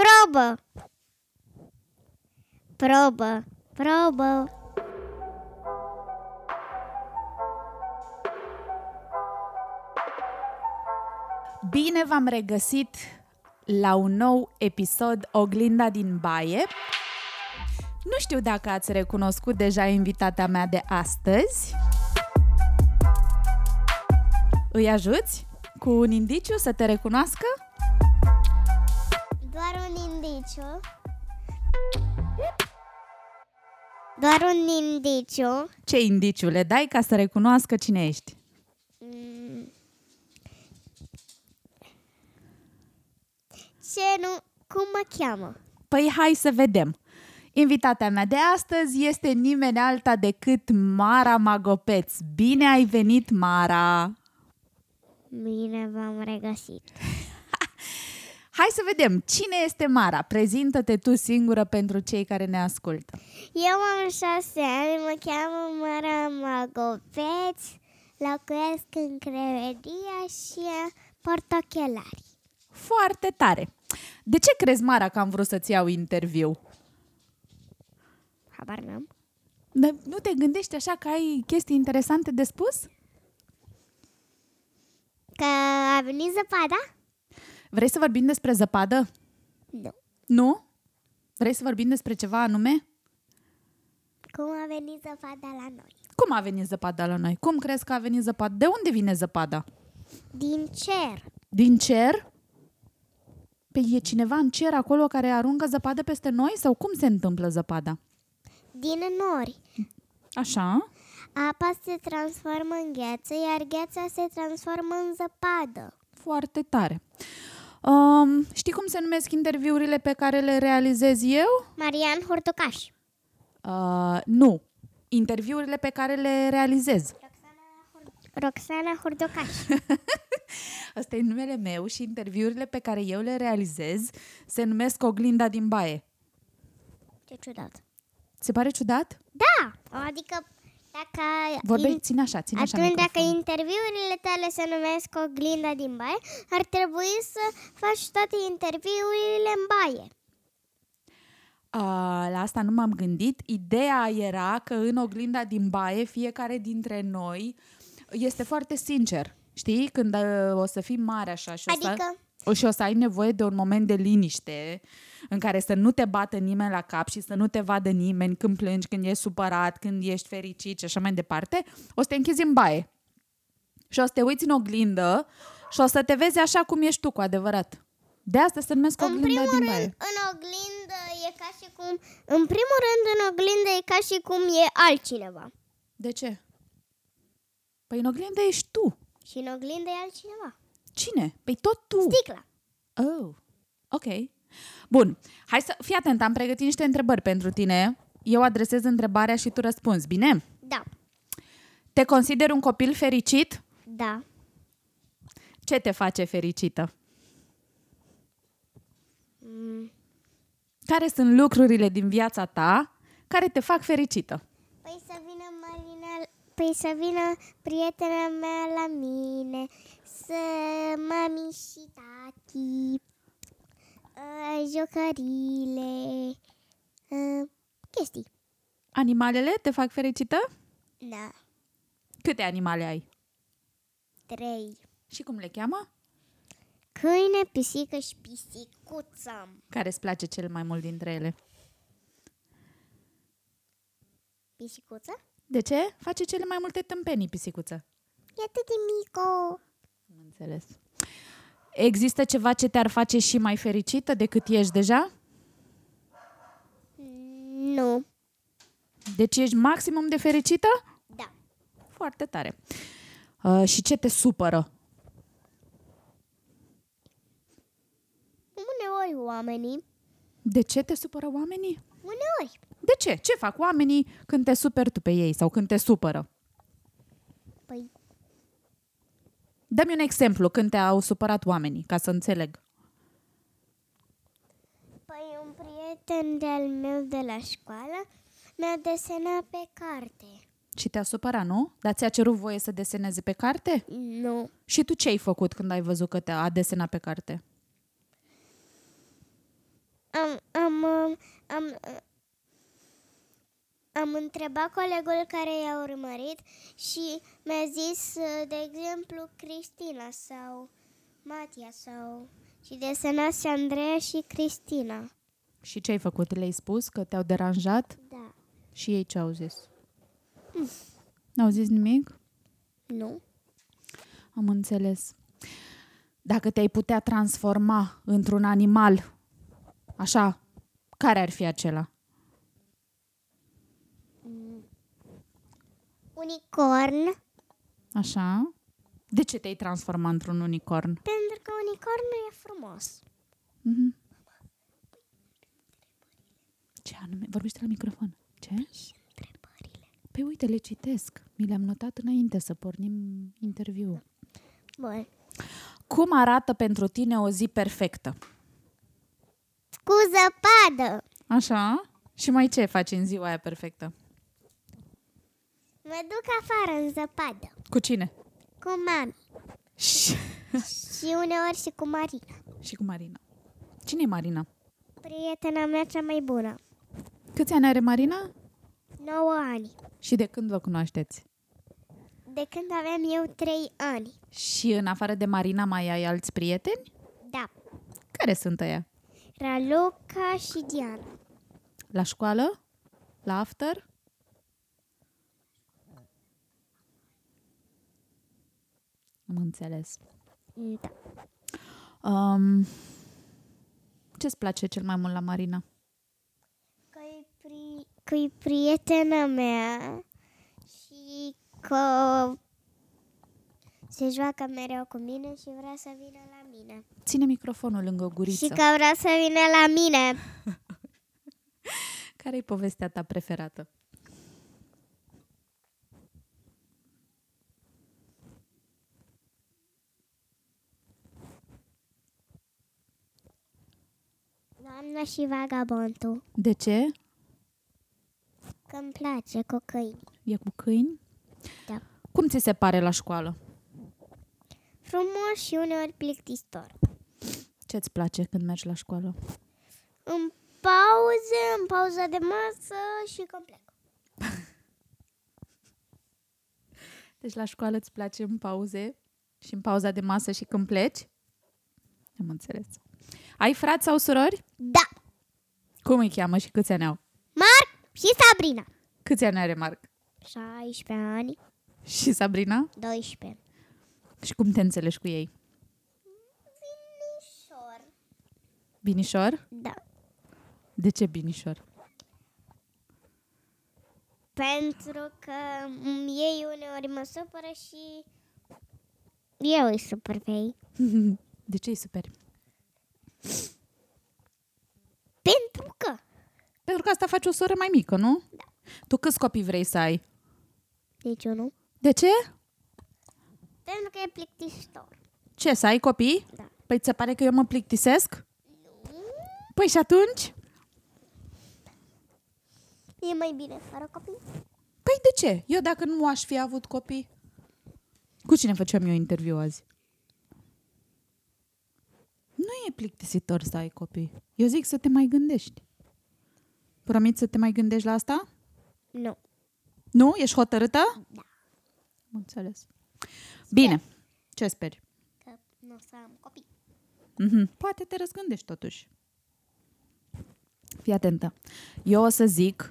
Probă. Probă. Probă. Bine v-am regăsit la un nou episod Oglinda din Baie. Nu știu dacă ați recunoscut deja invitata mea de astăzi. Îi ajuți cu un indiciu să te recunoască? Doar un indiciu. Doar un indiciu. Ce indiciu le dai ca să recunoască cine ești? Ce nu... Cum mă cheamă? Păi hai să vedem. Invitata mea de astăzi este nimeni alta decât Mara Magopeț. Bine ai venit, Mara! Bine v-am regăsit. Hai să vedem cine este Mara. Prezintă-te tu singură pentru cei care ne ascultă. Eu am șase ani, mă cheamă Mara Magopeț, locuiesc în Crevedia și port ochelari. Foarte tare! De ce crezi, Mara, că am vrut să-ți iau interviu? Habar n-am. Dar nu te gândești așa că ai chestii interesante de spus? Că a venit zăpada? Vrei să vorbim despre zăpadă? Nu. Nu? Vrei să vorbim despre ceva anume? Cum a venit zăpada la noi? Cum a venit zăpada la noi? Cum crezi că a venit zăpada? De unde vine zăpada? Din cer. Din cer? Pe e cineva în cer acolo care aruncă zăpadă peste noi? Sau cum se întâmplă zăpada? Din nori. Așa? Apa se transformă în gheață, iar gheața se transformă în zăpadă. Foarte tare. Um, știi cum se numesc interviurile pe care le realizez eu? Marian Hurtucaș. Uh, nu. Interviurile pe care le realizez. Roxana Hurducaș. Ăsta e numele meu și interviurile pe care eu le realizez se numesc Oglinda din Baie. Ce ciudat. Se pare ciudat? Da, adică dacă... Vorbești, ține așa, ține așa Atunci, dacă microfonul. interviurile tale se numesc Oglinda din baie, ar trebui să faci toate interviurile în baie. Uh, la asta nu m-am gândit. Ideea era că în oglinda din baie fiecare dintre noi este foarte sincer. Știi? Când uh, o să fii mare așa și o Adică? să... Și o să ai nevoie de un moment de liniște în care să nu te bată nimeni la cap și să nu te vadă nimeni când plângi, când ești supărat, când ești fericit și așa mai departe, o să te închizi în baie și o să te uiți în oglindă și o să te vezi așa cum ești tu cu adevărat. De asta se numesc în oglinda primul din rând, baie. în oglindă e ca și cum... În primul rând, în oglindă e ca și cum e altcineva. De ce? Păi în oglindă ești tu. Și în oglindă e altcineva. Cine? Păi tot tu. Sticla. Oh, ok. Bun, hai să fii atent, am pregătit niște întrebări pentru tine. Eu adresez întrebarea și tu răspunzi, bine? Da. Te consideri un copil fericit? Da. Ce te face fericită? Mm. Care sunt lucrurile din viața ta care te fac fericită? Păi să vină Marina, păi să vină prietena mea la mine, să mami și tati, uh, jucările, uh, chestii. Animalele te fac fericită? Da, Câte animale ai? trei. Și cum le cheamă? Câine, pisică și pisicuță. Care îți place cel mai mult dintre ele? Pisicuță? De ce? Face cele mai multe tâmpenii, pisicuță. E atât de mică. Am înțeles. Există ceva ce te-ar face și mai fericită decât ești deja? Nu. Deci ești maximum de fericită? Da. Foarte tare. Uh, și ce te supără? Uneori oamenii. De ce te supără oamenii? Uneori. De ce? Ce fac oamenii când te superi tu pe ei sau când te supără? Păi Dă-mi un exemplu când te-au supărat oamenii, ca să înțeleg. Păi un prieten de-al meu de la școală mi-a desenat pe carte. Și te-a supărat, nu? Dar ți-a cerut voie să deseneze pe carte? Nu. Și tu ce ai făcut când ai văzut că te-a desenat pe carte? Am am, am, am întrebat colegul care i-a urmărit și mi-a zis, de exemplu, Cristina sau Matia sau... Și desenase Andreea și Cristina. Și ce ai făcut? Le-ai spus că te-au deranjat? Da. Și ei ce au zis? Hmm. N-au zis nimic? Nu? Am înțeles. Dacă te-ai putea transforma într-un animal, așa, care ar fi acela? Unicorn. Așa? De ce te-ai transforma într-un unicorn? Pentru că unicornul e frumos. Mhm. Ce anume? Vorbește la microfon. Ce? Întrebările. Păi uite, le citesc. Mi le-am notat înainte să pornim interviul. Bun. Cum arată pentru tine o zi perfectă? Cu zăpadă. Așa? Și mai ce faci în ziua aia perfectă? Mă duc afară în zăpadă. Cu cine? Cu mami. Și, Și uneori și cu Marina. și cu Marina. Cine e Marina? Prietena mea cea mai bună. Câți ani are Marina? 9 ani. Și de când vă cunoașteți? De când aveam eu 3 ani. Și în afară de Marina mai ai alți prieteni? Da. Care sunt ăia? Raluca și Diana. La școală? La after? Am înțeles. Da. Um, ce-ți place cel mai mult la Marina? Că-i, pri- că-i prietena mea și că se joacă mereu cu mine și vrea să vină la mine. Ține microfonul lângă guriță. Și că vrea să vină la mine. Care e povestea ta preferată? Doamna și vagabondul. De ce? Că îmi place cu câini. E cu câini? Da. Cum ți se pare la școală? Frumos și uneori plictisitor. Ce-ți place când mergi la școală? În pauză, în pauza de masă și când plec. Deci la școală îți place în pauze și în pauza de masă și când pleci? Am înțeles. Ai frați sau surori? Da! Cum îi cheamă și câți ani au? Marc și Sabrina. Câți ani are Marc? 16 ani, Și Sabrina? 12. Și cum te înțelegi cu ei? Binișor. Binișor? Da. De ce binișor? Pentru că m, ei uneori mă supără și eu îi supăr pe ei. De ce îi superi? Pentru că Pentru că asta face o soră mai mică, nu? Da. Tu câți copii vrei să ai? deci eu nu. De ce? Pentru că e plictisitor. Ce, să ai copii? Da. Păi ți se pare că eu mă plictisesc? Păi și atunci? E mai bine fără copii. Păi de ce? Eu dacă nu aș fi avut copii? Cu cine făceam eu interviu azi? Nu e plictisitor să ai copii. Eu zic să te mai gândești. Promiți să te mai gândești la asta? Nu. Nu? Ești hotărâtă? Da. Înțeles. Bine. Ce speri? Că nu o să am copii. Mm-hmm. Poate te răzgândești totuși. Fii atentă. Eu o să zic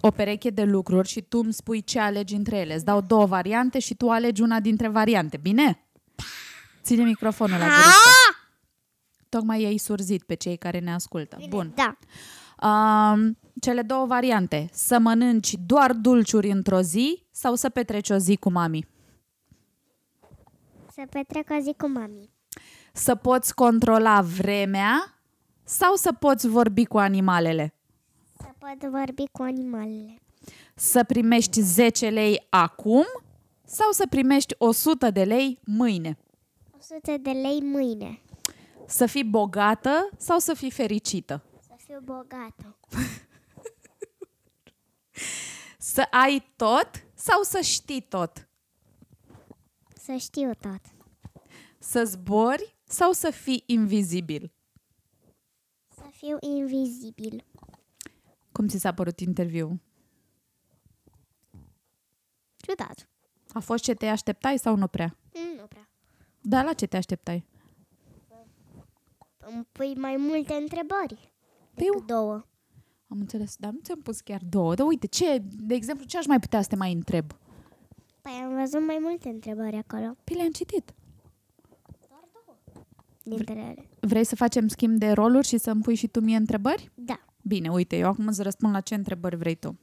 o pereche de lucruri și tu îmi spui ce alegi între ele. Îți dau două variante și tu alegi una dintre variante. Bine? Ține microfonul la guriță. Tocmai i-ai surzit pe cei care ne ascultă. Bun. Da. Um, cele două variante. Să mănânci doar dulciuri într-o zi sau să petreci o zi cu mami. Să petrec o zi cu mami. Să poți controla vremea sau să poți vorbi cu animalele. Să pot vorbi cu animalele. să primești 10 lei acum sau să primești 100 de lei mâine? 100 de lei mâine. Să fii bogată sau să fii fericită? Să fiu bogată. Să ai tot sau să știi tot? Să știu tot. Să zbori sau să fii invizibil? Să fiu invizibil. Cum ți s-a părut interviul? Ciudat. A fost ce te așteptai sau nu prea? Mm, Nu prea. Dar la ce te așteptai? Îmi pui mai multe întrebări Piu. decât două. Am înțeles, dar nu ți-am pus chiar două. Dar uite, ce, de exemplu, ce aș mai putea să te mai întreb? Păi am văzut mai multe întrebări acolo. Păi le-am citit. Dintre ele. Vrei să facem schimb de roluri și să-mi pui și tu mie întrebări? Da. Bine, uite, eu acum îți răspund la ce întrebări vrei tu.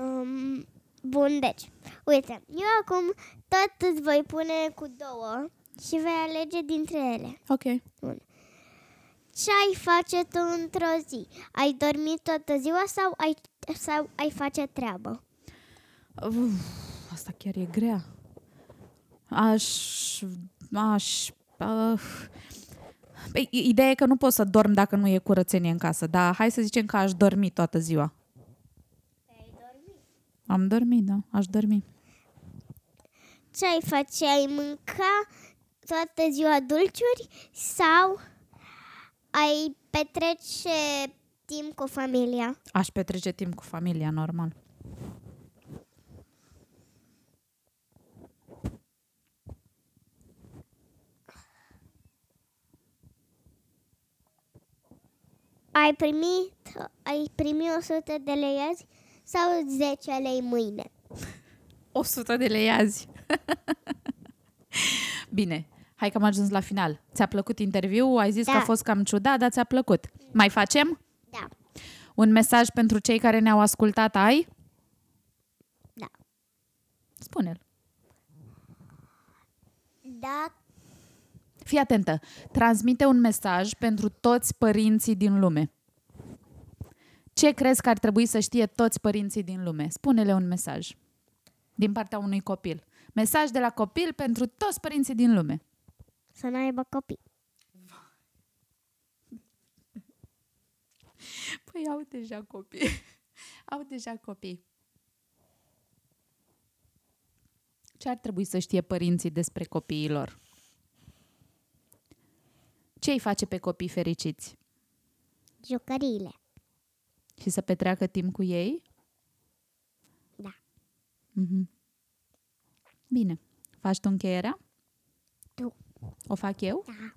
Um, bun, deci, uite, eu acum tot îți voi pune cu două și vei alege dintre ele. Ok. Ce ai face tu într-o zi? Ai dormit toată ziua sau ai, sau ai face treabă? Uf, asta chiar e grea. Aș... Aș... Uh, păi, i- ideea e că nu pot să dorm dacă nu e curățenie în casă, dar hai să zicem că aș dormi toată ziua. Am dormit, da, aș dormi. Ce ai face? Ai mânca toată ziua dulciuri sau ai petrece timp cu familia? Aș petrece timp cu familia, normal. Ai primit, ai primit 100 de lei azi sau 10 lei mâine? 100 de lei azi. Bine, hai că am ajuns la final. Ți-a plăcut interviul? Ai zis da. Da. că a fost cam ciudat, dar ți-a plăcut. Mai facem? Da, Un mesaj pentru cei care ne-au ascultat ai? da. Spune-l. Da, Fii atentă. Transmite un mesaj pentru toți părinții din lume. Ce crezi că ar trebui să știe toți părinții din lume? Spune-le un mesaj din partea unui copil. Mesaj de la copil pentru toți părinții din lume. să nu aibă copii. Păi au deja copii. Au deja copii. Ce ar trebui să știe părinții despre copiilor? Ce îi face pe copii fericiți? Jucăriile. Și să petreacă timp cu ei? Da. Mhm. Bine. Faci tu încheierea? Tu. O fac eu? Da.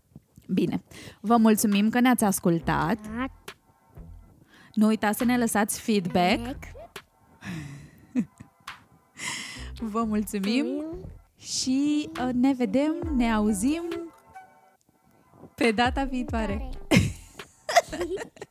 Bine. Vă mulțumim că ne-ați ascultat. Da. Nu uitați să ne lăsați feedback. Vă mulțumim. Și uh, ne vedem, ne auzim pe data viitoare. Tare.